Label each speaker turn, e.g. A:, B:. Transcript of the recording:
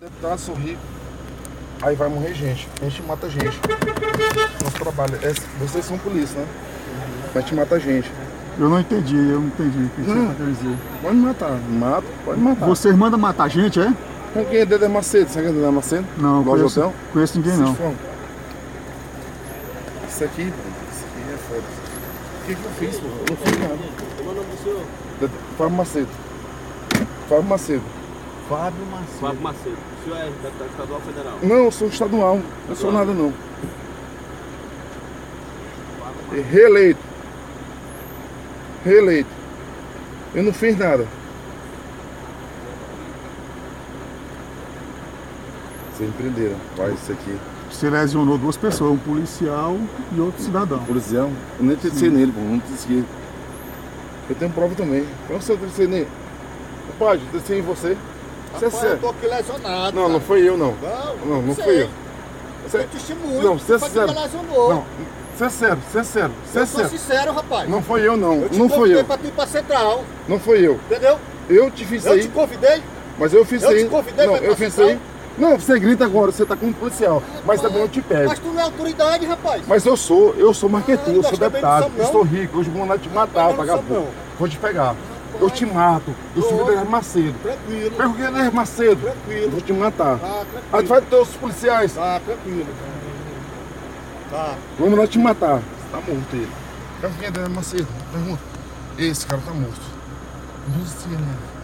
A: Tentar sorrir. Aí vai morrer gente. A gente mata gente. Nosso trabalho. é- vocês são polícia, né? A gente mata gente.
B: Eu não entendi, eu não entendi o que você
A: Hum.
B: tá querendo dizer.
A: Pode matar. Mata, pode É, matar.
B: Vocês mandam matar a gente, é?
A: Com quem é Dedé Macedo? Sabe quem é Dedé Macedo?
B: Não,
A: Loja
B: conheço,
A: Hotel?
B: conheço ninguém não.
A: Cifrão. Isso aqui, isso aqui é foda. O que, que eu fiz, pô? Eu não fiz nada. Dedé- Fábio Macedo. Fábio Macedo.
B: Fábio Marcelo.
C: Fábio Macedo, o senhor é deputado estadual ou federal?
A: Não, eu sou estadual. Não sou nada, não. E Reeleito. Reeleito. Eu não fiz nada. Vocês entenderam. Vai, isso aqui.
B: Você lesionou duas pessoas, um policial e outro cidadão.
A: Policial. Eu nem tecei nele, pô. Não tecei. Eu tenho prova também. Eu não sei tecei nele. Compadre, tecei em você. Você é
D: Rapaz, eu
A: sério.
D: tô aqui lesionado.
A: Não, não
D: cara.
A: foi eu, não. Não, não
D: sei.
A: fui eu. Você-
D: Eu te estimulei.
A: Não, você é
D: Foi que
A: sério.
D: me lesionou.
A: Não, você é sério, você é sério, você é
D: eu sou
A: sério.
D: sincero, rapaz.
A: Não foi eu, não.
D: Eu te
A: Não foi
D: convidei
A: eu.
D: pra tu ir pra central,
A: Não foi eu.
D: entendeu?
A: Eu te fiz
D: eu
A: aí,
D: te convidei.
A: mas eu fiz
D: eu te
A: aí.
D: convidei
A: Não,
D: pra
A: eu
D: passar
A: fiz aí. Não, você grita agora, você tá com um policial. Mas também eu te pego.
D: Mas tu não é autoridade, rapaz.
A: Mas eu sou, eu sou
D: Ah,
A: marqueteiro, eu sou
D: nós também não
A: deputado,
D: somos,
A: eu
D: não.
A: sou rico, hoje vou lá te matar,
D: Nós não somos,
A: vagabundo. Vou te pegar. Eu te mato. Eu sou
D: Não.
A: líder Macedo.
D: Tranquilo.
A: Pega o líder Macedo. Eu
D: Tranquilo.
A: vou te matar.
D: Tá,
A: Aí tu
D: tranquilo.
A: vai ter os policiais.
D: Tá, tranquilo. Tá.
A: Vamos lá te matar. Tá morto ele. Pergunta quem é Daniel Macedo. Pergunta. Esse cara tá morto. Não sei, né?